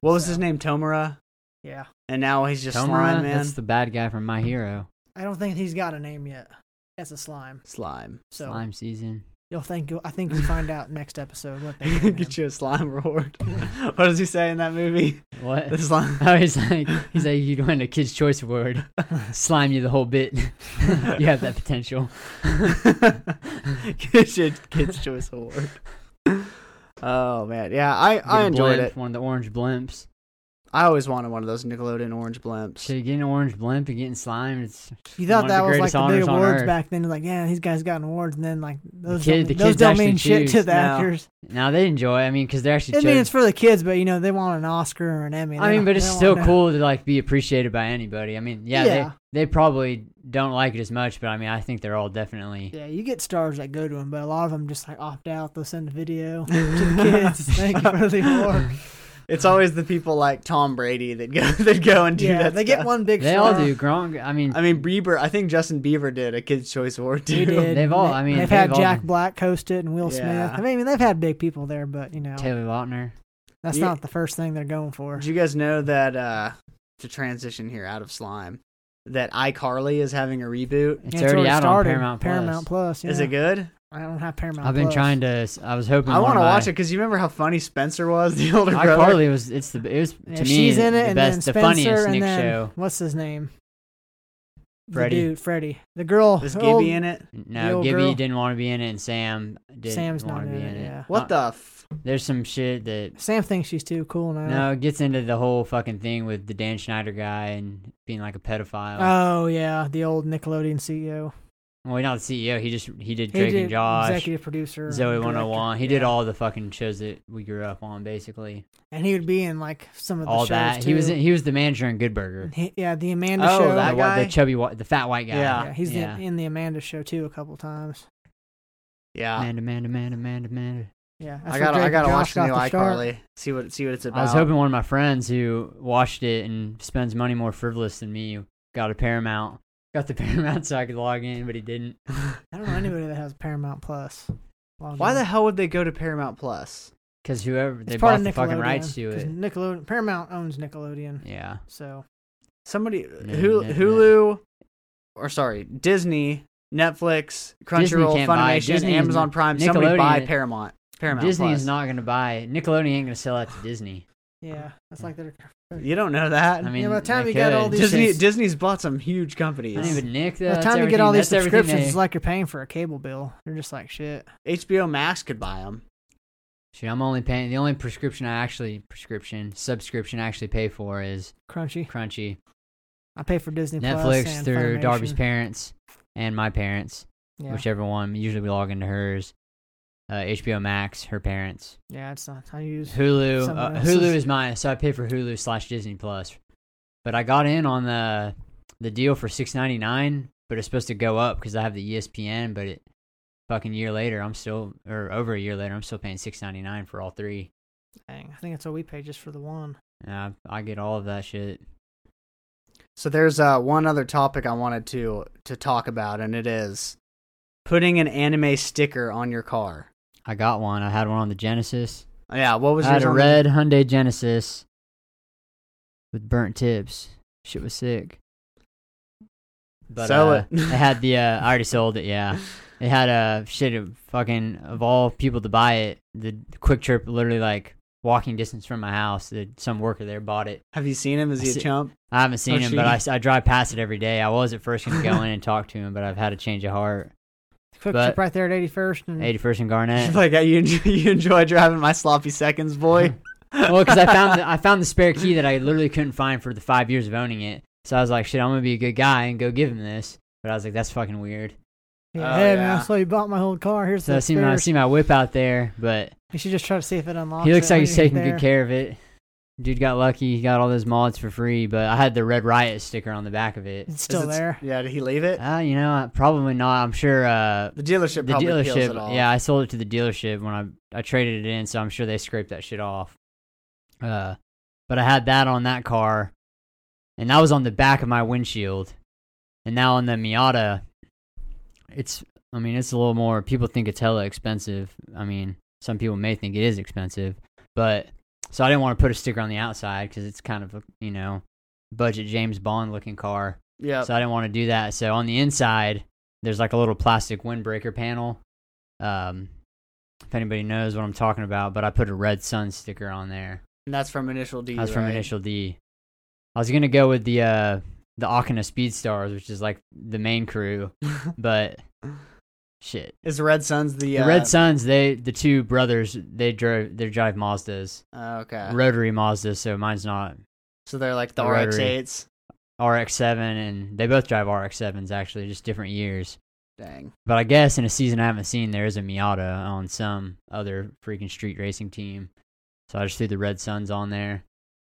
What was So- his name? Tomura. Yeah, and now he's just Tomura, slime man. that's the bad guy from My Hero. I don't think he's got a name yet. As a slime, slime. so Slime season. you'll think you'll, I think you find out next episode what they named him. Get you a slime reward. what does he say in that movie? What? The slime. Oh, he's like, he's like, you'd win a Kids Choice Award. Slime you the whole bit. you have that potential. Get your Kids Choice Award. Oh man, yeah, I I Get a enjoyed blimp, it. One of the orange blimps. I always wanted one of those Nickelodeon orange blimps. So you get an orange blimp and getting slime. It's You One thought of that the was like greatest the big honors on awards earth. back then. Like, yeah, these guys got awards, and then like those kid- the don't, mean- those kids don't actually mean shit to choose the now. actors. now they enjoy. it. I mean, because they're actually. I mean, judged- it's for the kids, but you know they want an Oscar or an Emmy. I They mean, don't- but they it's don't still want- cool to like be appreciated by anybody. I mean, yeah, Yeah. They, they probably don't like it as much, but I mean, I think they're all definitely. Yeah, you get stars that go to them, but a lot of them just like opt out. They'll send a video to the kids. Thank you for the award. It's always the people like Tom Brady that go that go and do Yeah, that. they get stuff. one big. They all star. do. Gronk. I mean, I mean, Bieber. I think Justin Bieber did a Kids Choice Award too. They did. They've all- They- I mean, they've, they've had all Jack been- Black host it and Will Yeah. Smith. I mean, they've had big people there, but you know Taylor Lautner. that's You- not the first thing they're going for. Did you guys know that uh to transition here out of slime, that iCarly is having a reboot? It's, Yeah, already, out started. on Paramount Plus. Paramount Plus. Is yeah. it good? I don't have Paramount. I've been Plus. trying to. I was hoping. I want to watch it because you remember how funny Spencer was, the older brother. iCarly was. It's the. It was to Yeah, me she's in it, the and best, then the Spencer, funniest and Nick then, show. What's his name? Freddie. The dude, Freddie. The girl. Is the Gibby old- in it? The No, old Gibby girl. didn't want to be in it, and Sam didn't Sam's not want to in be it, in it. yeah. What Uh, the? F- There's some shit that Sam thinks she's too cool now. No, it gets into the whole fucking thing with the Dan Schneider guy and being like a pedophile. Oh yeah, the old Nickelodeon CEO. well, he's not the CEO. He just he did He Drake did and Josh, executive producer, Zoe and 101. director. He did Yeah. all the fucking shows that we grew up on, basically. and he would be in like some of the all shows that. Too. He was in, he was the manager in Good Burger. He- yeah, the Amanda Oh, show. that the, wa- the guy? chubby, wa- the fat white guy. Yeah. yeah, he's yeah. The, in the Amanda show too a couple times. yeah, Amanda, Amanda, Amanda, Amanda, Amanda. Yeah, that's I where gotta I Drake gotta and watch Josh the new got start. iCarly. See what see what it's about. I was hoping one of my friends who watched it and spends money more frivolous than me got a Paramount. Got the Paramount so I could log in, but he didn't. I don't know anybody that has Paramount Plus. Log Why in. the hell would they go to Paramount Plus? Because whoever they It's part bought of the fucking Nickelodeon, rights to 'cause it. Nickelodeon Paramount owns Nickelodeon, Yeah. so Somebody No, Hulu, no, no. Hulu or sorry, Disney, Netflix, Crunchyroll, can't buy it. Funimation, Disney is Amazon not- Prime. Somebody buy Nickelodeon- Paramount. Paramount. Disney Plus. is not going to buy. Nickelodeon ain't going to sell out to Disney. yeah, that's like their You don't know that. I mean, by the time they you got all could. these Disney shit- Disney's bought some huge I don't companies. even Nick. By the that's time you get all these everything- that's everything subscriptions, it's they- like you're paying for a cable bill. You're just like shit. HBO Max could buy them. Shoot, I'm only paying. The only prescription I actually prescription subscription I actually pay for is Crunchy. Crunchy, I pay for Disney Plus Netflix and through Funimation. Darby's parents and my parents, Yeah, whichever one. Usually we log into hers. Uh, HBO Max, her parents. yeah, it's not. I use. Hulu. Someone Uh, else's. Hulu is mine, so I pay for Hulu slash Disney Plus. But I got in on the the deal for six ninety nine, but it's supposed to go up because I have the E ESPN. But it fucking year later, I'm still or over a year later, I'm still paying six ninety nine for all three. Dang, I think that's what we pay just for the one. And I, I get all of that shit. So there's uh, one other topic I wanted to to talk about, and it is putting an anime sticker on your car. I got one. I had one on the Genesis. Yeah, what I was had yours a on the- red Hyundai Genesis with burnt tips. Shit was sick. But Sell uh, it. it had the. Uh, I already sold it. Yeah, it had a shit of fucking of all people to buy it. The Quick Trip, literally like walking distance from my house. The, some worker there bought it. Have you seen him? Is I he a see- chump? I haven't seen Oh, him, but I s- I, drive past it every day. I was at first gonna go in and talk to him, but I've had a change of heart. Quick But- trip right there at 81st Mm. and Eighty first and Garnett. like you enjoy, you enjoy driving my sloppy seconds, boy. well, because I found the, I found the spare key that I literally couldn't find for the five years of owning it. So I was like, shit, I'm gonna be a good guy and go give him this. But I was like, that's fucking weird. yeah, Oh, hey man, yeah. so you bought my whole car. Here's So I the see my I spares. see my whip out there, but You should just try to see if it unlocks. he looks it like when he's you get taking there. good care of it. Dude got lucky. He got all those mods for free, but I had the Red Riot sticker on the back of it. It's still Is it- there. Yeah, did he leave it? Uh, you know, probably not. I'm sure uh, The dealership the probably peels it dealership. all. Yeah, I sold it to the dealership when I I traded it in, so I'm sure they scraped that shit off. Uh, but I had that on that car, and that was on the back of my windshield, and now on the Miata, it's I mean it's a little more. People think it's hella expensive. I mean, some people may think it is expensive, but so I didn't want to put a sticker on the outside because it's kind of a, you know budget James Bond looking car. Yeah. So I didn't want to do that. So on the inside, there's like a little plastic windbreaker panel. Um, if anybody knows what I'm talking about, but I put a red sun sticker on there. and that's from Initial D. That's from right? Initial D. I was gonna go with the uh the Akina Speed Stars, which is like the main crew, but shit. Is Red Sun's the, uh, The Red Suns, they the two brothers, they drove they drive Mazdas, Oh, okay. rotary Mazdas. So mine's not so they're like the the rotary. RX-8s. RX-7, and they both drive RX-7s actually, just different years. Dang. But I guess in a season I haven't seen, there is a Miata on some other freaking street racing team. So I just threw the Red Suns on there.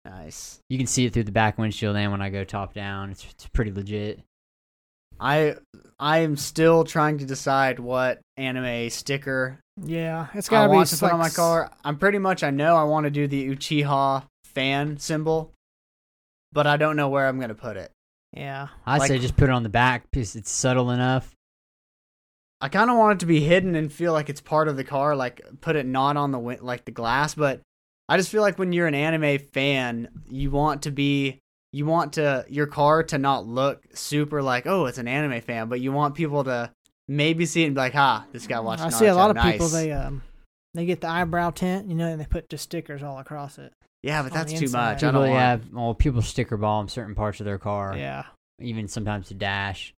Nice. You can see it through the back windshield and when I go top down. It's, it's pretty legit. I I am still trying to decide what anime sticker Yeah, it's I gotta be want to put like on my s- car. I'm pretty much I know I want to do the Uchiha fan symbol, but I don't know where I'm gonna put it. Yeah, I Like- say just put it on the back because it's subtle enough. I kind of want it to be hidden and feel like it's part of the car, like put it not on the win- like the glass. But I just feel like when you're an anime fan, you want to be you want to your car to not look super like oh it's an anime fan, but you want people to maybe see it and be like ha this guy watched. I see a Naruto, lot of nice. people they um they get the eyebrow tint, you know, and they put just stickers all across it. yeah, but on the that's too inside. much. I People, don't yeah, want. well, people sticker bomb certain parts of their car, Yeah, even sometimes the dash.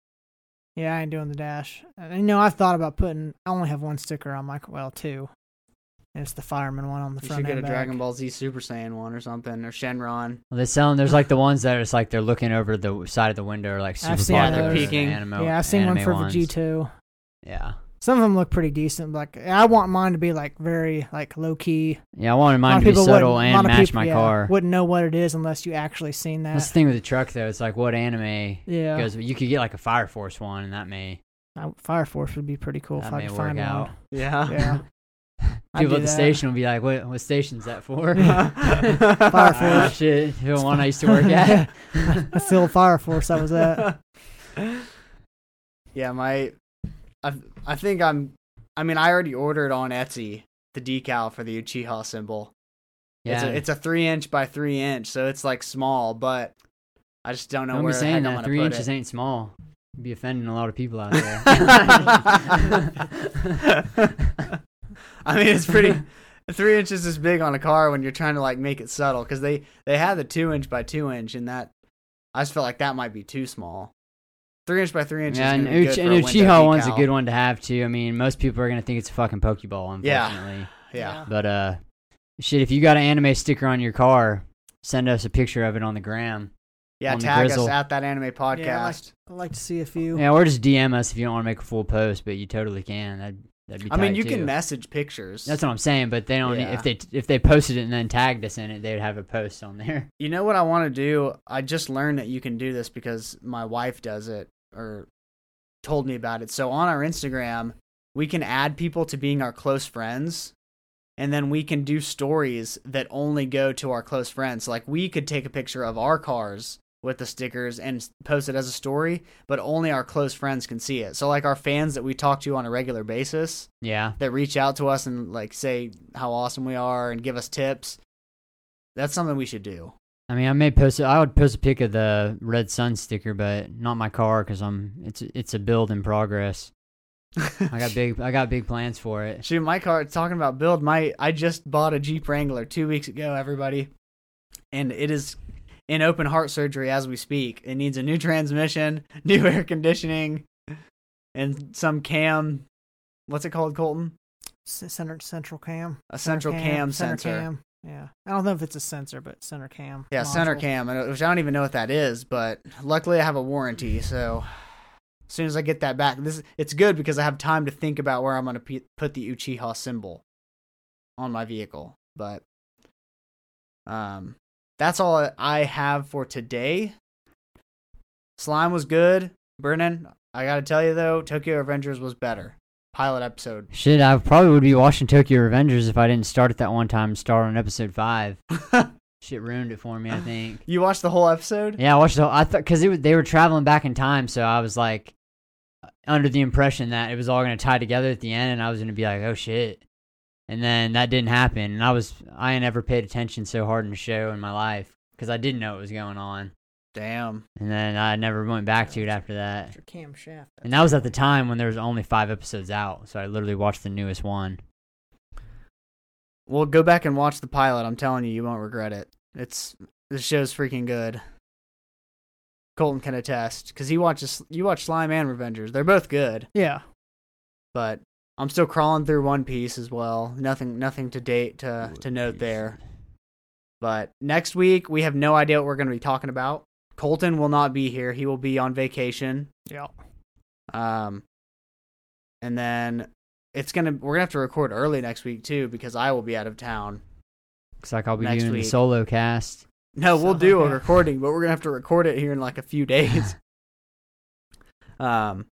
yeah, I ain't doing the dash. And, you know, I've thought about putting. I only have one sticker on my well two, and it's the fireman one on the You front. should get and a back. Dragon Ball Z Super Saiyan one or something or Shenron. Well, they sell them. There's like the ones that it's like they're looking over the side of the window, like super I've seen popular those. and Peeking. anime- yeah, I've seen one anime for ones. G two. Yeah. Some of them look pretty decent. but, Like I want mine to be like very like low key. Yeah, I wanted a lot mine of to be people subtle and wouldn't- a lot of match people, my yeah, car. Wouldn't know what it is unless you actually seen that. That's the thing with the truck though. It's like what anime yeah, goes. You could get like a Fire Force one, and that may I- Fire Force would be pretty cool that if I may could work find out. Yeah. one. Yeah, I'd People do at the that. station will be like, "What? What station's that for?" Fire Ah, Force. shit, the one I used to work at. That's the old Fire Force I was at. yeah, my, I, I think I'm. I mean, I already ordered on Etsy the decal for the Uchiha symbol. yeah, it's a, it's a three inch by three inch, so it's like small, but I just don't know don't where be the saying heck I'm that. gonna Three put inches it. ain't small. You'd be offending a lot of people out there. I mean, it's pretty. Three inches is big on a car when you're trying to like make it subtle because they they had the two inch by two inch and that I just felt like that might be too small. Three inch by three inch. yeah, is and, gonna be Uch- good and for a window Uchiha one's a decal. good one to have too. I mean, most people are gonna think it's a fucking Pokeball, Yeah. unfortunately. Yeah. But uh, shit, if you got an anime sticker on your car, send us a picture of it on the gram. Yeah, On the tag us grizzle. at that anime podcast. Yeah, I like- I'd like to see a few. Yeah, or just DM us if you don't want to make a full post, but you totally can. That'd, that'd be. I mean, tight, you too. can message pictures. That's what I'm saying, but they don't. Yeah. If they if they posted it and then tagged us in it, they'd have a post on there. you know what I want to do? I just learned that you can do this because my wife does it or told me about it. So on our Instagram, we can add people to being our close friends. And then we can do stories that only go to our close friends. Like we could take a picture of our cars with the stickers and s- post it as a story, but only our close friends can see it. So like our fans that we talk to on a regular basis, Yeah, that reach out to us and like say how awesome we are and give us tips. That's something we should do. I mean, I may post. I would post a pic of the red sun sticker, but not my car because I'm. It's it's a build in progress. I got big. I got big plans for it. Shoot, my car. Talking about build, my I just bought a Jeep Wrangler two weeks ago. Everybody, and it is in open heart surgery as we speak. It needs a new transmission, new air conditioning, and some cam. What's it called, Colton? C- Center central cam. A central cam, center sensor. Cam. Yeah, I don't know if it's a sensor, but center cam. Yeah, center module. cam, and- uh, which I don't even know what that is, but luckily I have a warranty, so as soon as I get that back, this it's good because I have time to think about where I'm going to p- put the Uchiha symbol on my vehicle. But um, that's all I have for today. Slime was good, Brennan. I got to tell you though, Tokyo Avengers was better. Pilot episode. Shit, I probably would be watching Tokyo Revengers if I didn't start at that one time. and Start on episode five. Shit ruined it for me. I think. You watched the whole episode? Yeah, I watched the. I thought because they were traveling back in time, so I was like under the impression that it was all going to tie together at the end, and I was going to be like, "Oh shit!" And then that didn't happen, and I was I ain't ever paid attention so hard in a show in my life because I didn't know what was going on. Damn. and then I never went back to it after that. After Cam Shaft. And that was at the time when there was only five episodes out, so I literally watched the newest one. Well, go back and watch the pilot. I'm telling you, you won't regret it. It's this show's freaking good. Colton can attest because he watches. You watch Slime and Revengers. They're both good, Yeah. but I'm still crawling through One Piece as well. Nothing, nothing to date to Uh, to note there. But next week we have no idea what we're going to be talking about. Colton will not be here. He will be on vacation. Yeah. Um, and then it's gonna we're gonna have to record early next week too because I will be out of town. Looks like I'll be Next doing week. the solo cast. No, we'll So- do a recording, but we're gonna have to record it here in like a few days. um,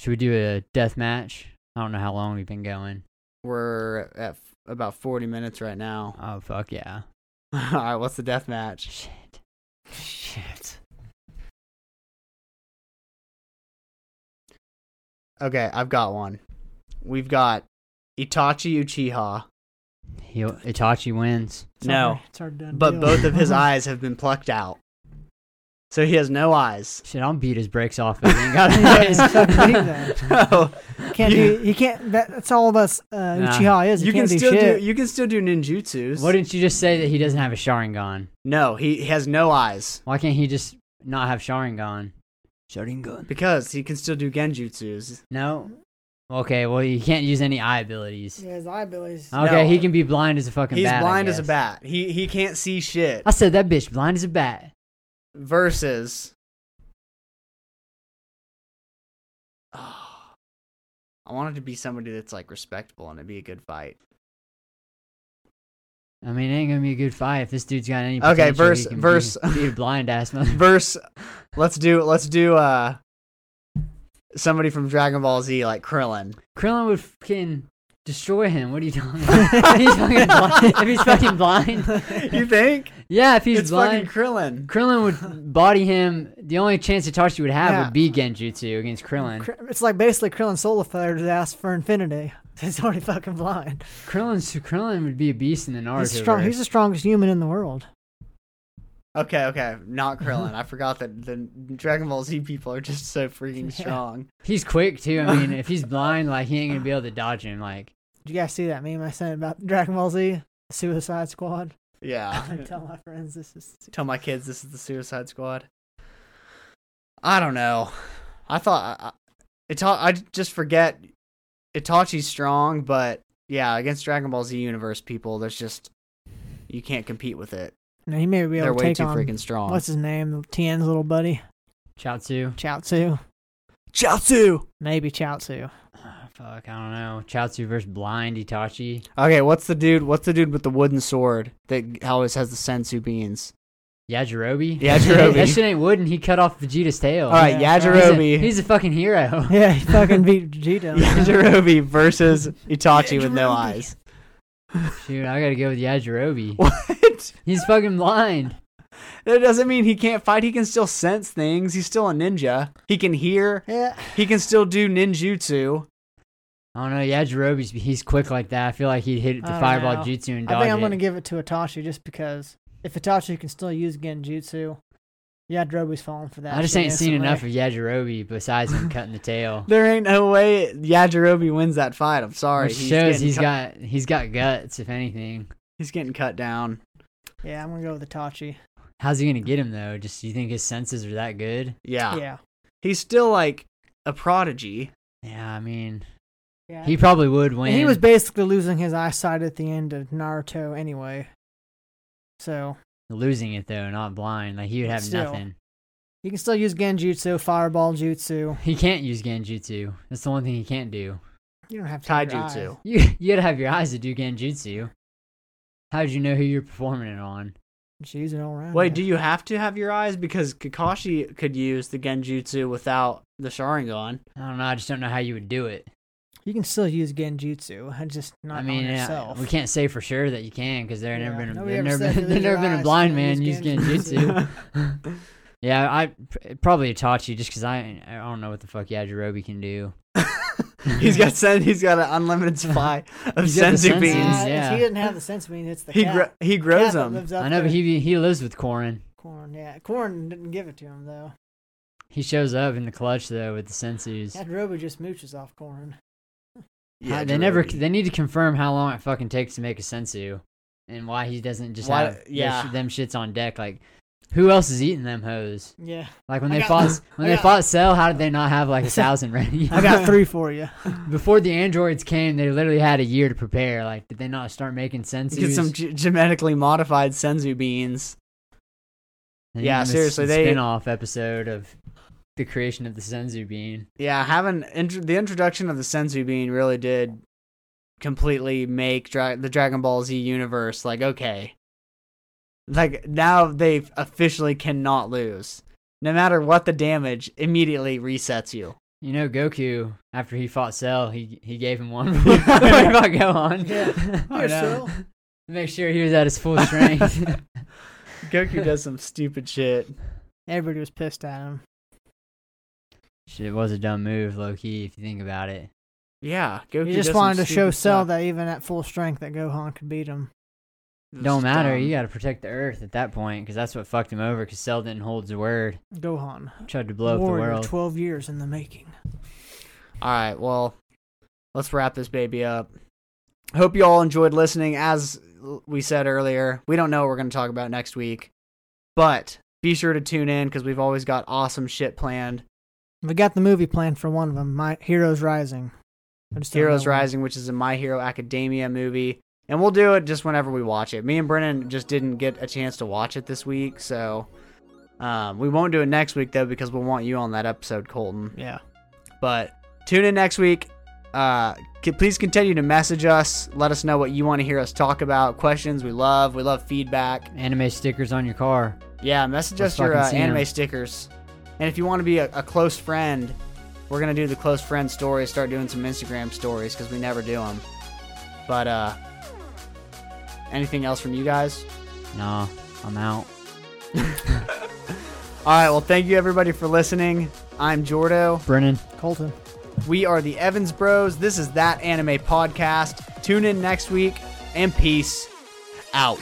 Should we do a death match? I don't know how long we've been going. we're at f- about forty minutes right now. Oh fuck yeah! All right, what's the death match? Shit. Shit. Okay, I've got one. We've got Itachi Uchiha, He, Itachi wins. It's No. already- it's already done but deal. both of his eyes have been plucked out, so he has no eyes. Shit, I'll beat his brakes off. If he ain't got Yeah, eyes. you can't beat that. No, can't you- do. He can't. That, that's all of us. Uh, Nah. Uchiha is. He you can can't do still shit. do you can still do ninjutsus. Why didn't you just say that he doesn't have a Sharingan? No, he has no eyes Why can't he just not have Sharingan? Sharingan. because he can still do genjutsus. No. Okay, well you can't use any eye abilities. Yeah, his eye abilities. Okay, No. he can be blind as a fucking He's bat. I blind as a guess. bat. He he can't see shit. I said that bitch blind as a bat. Versus. Ah. I wanted to be somebody that's like respectable and it'd be a good fight. I mean, it ain't gonna be a good fight if this dude's got any. Okay, potential, verse- he can verse- Be, be a blind ass mother. Verse. let's do let's do uh somebody from Dragon Ball Z like Krillin. Krillin would fucking destroy him. What are you talking? about? he's fucking blind. If he's fucking blind, You think? yeah. If he's it's blind, fucking Krillin. Krillin would body him. The only chance Itachi would have Yeah. would be Genjutsu against Krillin. Kr- It's like basically Krillin solidified his ass for infinity. He's already fucking blind. Krillin's Krillin would be a beast in the Naruto. He's strong. He's the strongest human in the world. Okay, okay, not Krillin. I forgot that the Dragon Ball Z people are just so freaking strong. He's quick too. I mean, if he's blind, like he ain't gonna be able to dodge him. Like Did you guys see that meme I sent about Dragon Ball Z Suicide Squad? I Yeah. tell my friends this is. Tell my kids this is the Suicide Squad. I don't know. I thought I, I, Ita- I just forget Itachi's strong, but yeah, against Dragon Ball Z universe people, there's just you can't compete with it. No, he may be They're able to way take too on freaking strong. what's his name, Tien's little buddy, Chaozu. Chaozu. Chiaotzu? Maybe Chaozu. Ah, fuck, I don't know. Chaozu versus blind Itachi. Okay, what's the dude? What's the dude with the wooden sword that always has the sensu beans? Yajirobe. Yajirobe. that shit ain't wooden. He cut off Vegeta's tail. All right, Yeah, He's a- Yajirobe. He's a, fucking hero. Yeah, he fucking beat Vegeta. Yajirobe versus Itachi with no eyes. Shoot, I gotta go with Yajirobe. What? He's fucking blind. That doesn't mean he can't fight. He can still sense things. He's still a ninja. He can hear. Yeah. He can still do ninjutsu. I don't know. Yajirobe's he's quick like that. I feel like he'd hit it the I don't fireball know. jutsu and Oh, I dodge think I'm it. going to give it to Itachi just because if Itachi can still use Genjutsu, yeah, Droby's falling for that. I just shit ain't seen instantly. enough of Yajirobe besides him cutting the tail. There ain't no way Yajirobe wins that fight. I'm sorry. Which shows getting he's cut- got he's got guts, if anything. he's getting cut down. Yeah, I'm going to go with Itachi. How's he gonna get him though? Just you think his senses are that good? Yeah. Yeah. He's still like a prodigy. Yeah, I mean yeah. he probably would win. And he was basically losing his eyesight at the end of Naruto anyway. So losing it though, not blind. Like he would have Still. nothing. you can still use Genjutsu, Fireball Jutsu. He can't use Genjutsu. That's the one thing he can't do. You don't have to. use your eyes. Taijutsu. You you gotta have your eyes to do Genjutsu. How'd you know who you're performing it on? Just use it all Uh-huh. around. Wait, yeah. do you have to have your eyes? Because Kakashi could use the Genjutsu without the Sharingan. I don't know. I just don't know how you would do it. You can still use Genjutsu. I just not I mean, on yeah, yourself. we can't say for sure that you can because there never Yeah, been a, nobody there ever never said been, to there lose your never been a eyes, blind so man use use Genjutsu. yeah, I probably Itachi just because I I don't know what the fuck Yajirobe can do. he's got sen- he's got an unlimited supply of He's got the sensu senses. beans. Uh, Yeah. If he didn't have the sense, I mean, it's the He cat. gro- he Cat grows that them. lives up I know, but there. he he lives with Korin. Corn, yeah. Corn didn't give it to him though. He shows up in the clutch though with the sensus. Hadroba just mooches off Corn. How- they never. They need to confirm how long it fucking takes to make a sensu, and why he doesn't just Why- have their yeah. sh- them shits on deck. Like, who else is eating them hoes? Yeah. Like when I they got- fought when I they got- fought Cell, how did they not have like a thousand ready? I got three for you. Before the androids came, they literally had a year to prepare. Like, did they not start making sensus? Get some g- genetically modified senzu beans. And yeah, even this- seriously, the they- spin-off episode of the creation of the sensu bean. Yeah, having intro- the introduction of the senzu bean really did completely make dra- the Dragon Ball Z universe like okay. Like now they officially cannot lose. No matter what the damage, immediately resets you. You know, Goku after he fought Cell, he he gave him one. before he fought Gohan. Yeah. I know. Here, Cell. Make sure he was at his full strength. Goku does some stupid shit. Everybody was pissed at him. Shit, it was a dumb move, low key. If you think about it, Yeah, Goku He does just some wanted to show stupid Cell stuff. that even at full strength that Gohan could beat him. It's don't matter. dumb. You got to protect the Earth at that point because that's what fucked him over. Because Cell didn't hold his word. Gohan, Tried to blow warrior, up the world. twelve years in the making. All right, well, let's wrap this baby up. Hope you all enjoyed listening. As l- we said earlier, we don't know what we're going to talk about next week, but be sure to tune in because we've always got awesome shit planned. We got the movie planned for one of them. My Heroes Rising. I just don't Heroes know when. Rising, which is a My Hero Academia movie, and we'll do it just whenever we watch it. Me and Brennan just didn't get a chance to watch it this week, so um, we won't do it next week though because we'll want you on that episode, Colton. Yeah. But tune in next week. Uh, c- please continue to message us. Let us know what you want to hear us talk about. Questions we love. We love feedback. Anime stickers on your car. Yeah, message Let's us your fucking uh, see 'em. anime stickers. And if you want to be a, a close friend, we're gonna do the close friend stories. Start doing some Instagram stories because we never do them. But uh, anything else from you guys? Nah, I'm out. All right. Well, thank you everybody for listening. I'm Jordo. Brennan. Colton. We are the Evans Bros. This is that anime podcast. Tune in next week and peace out.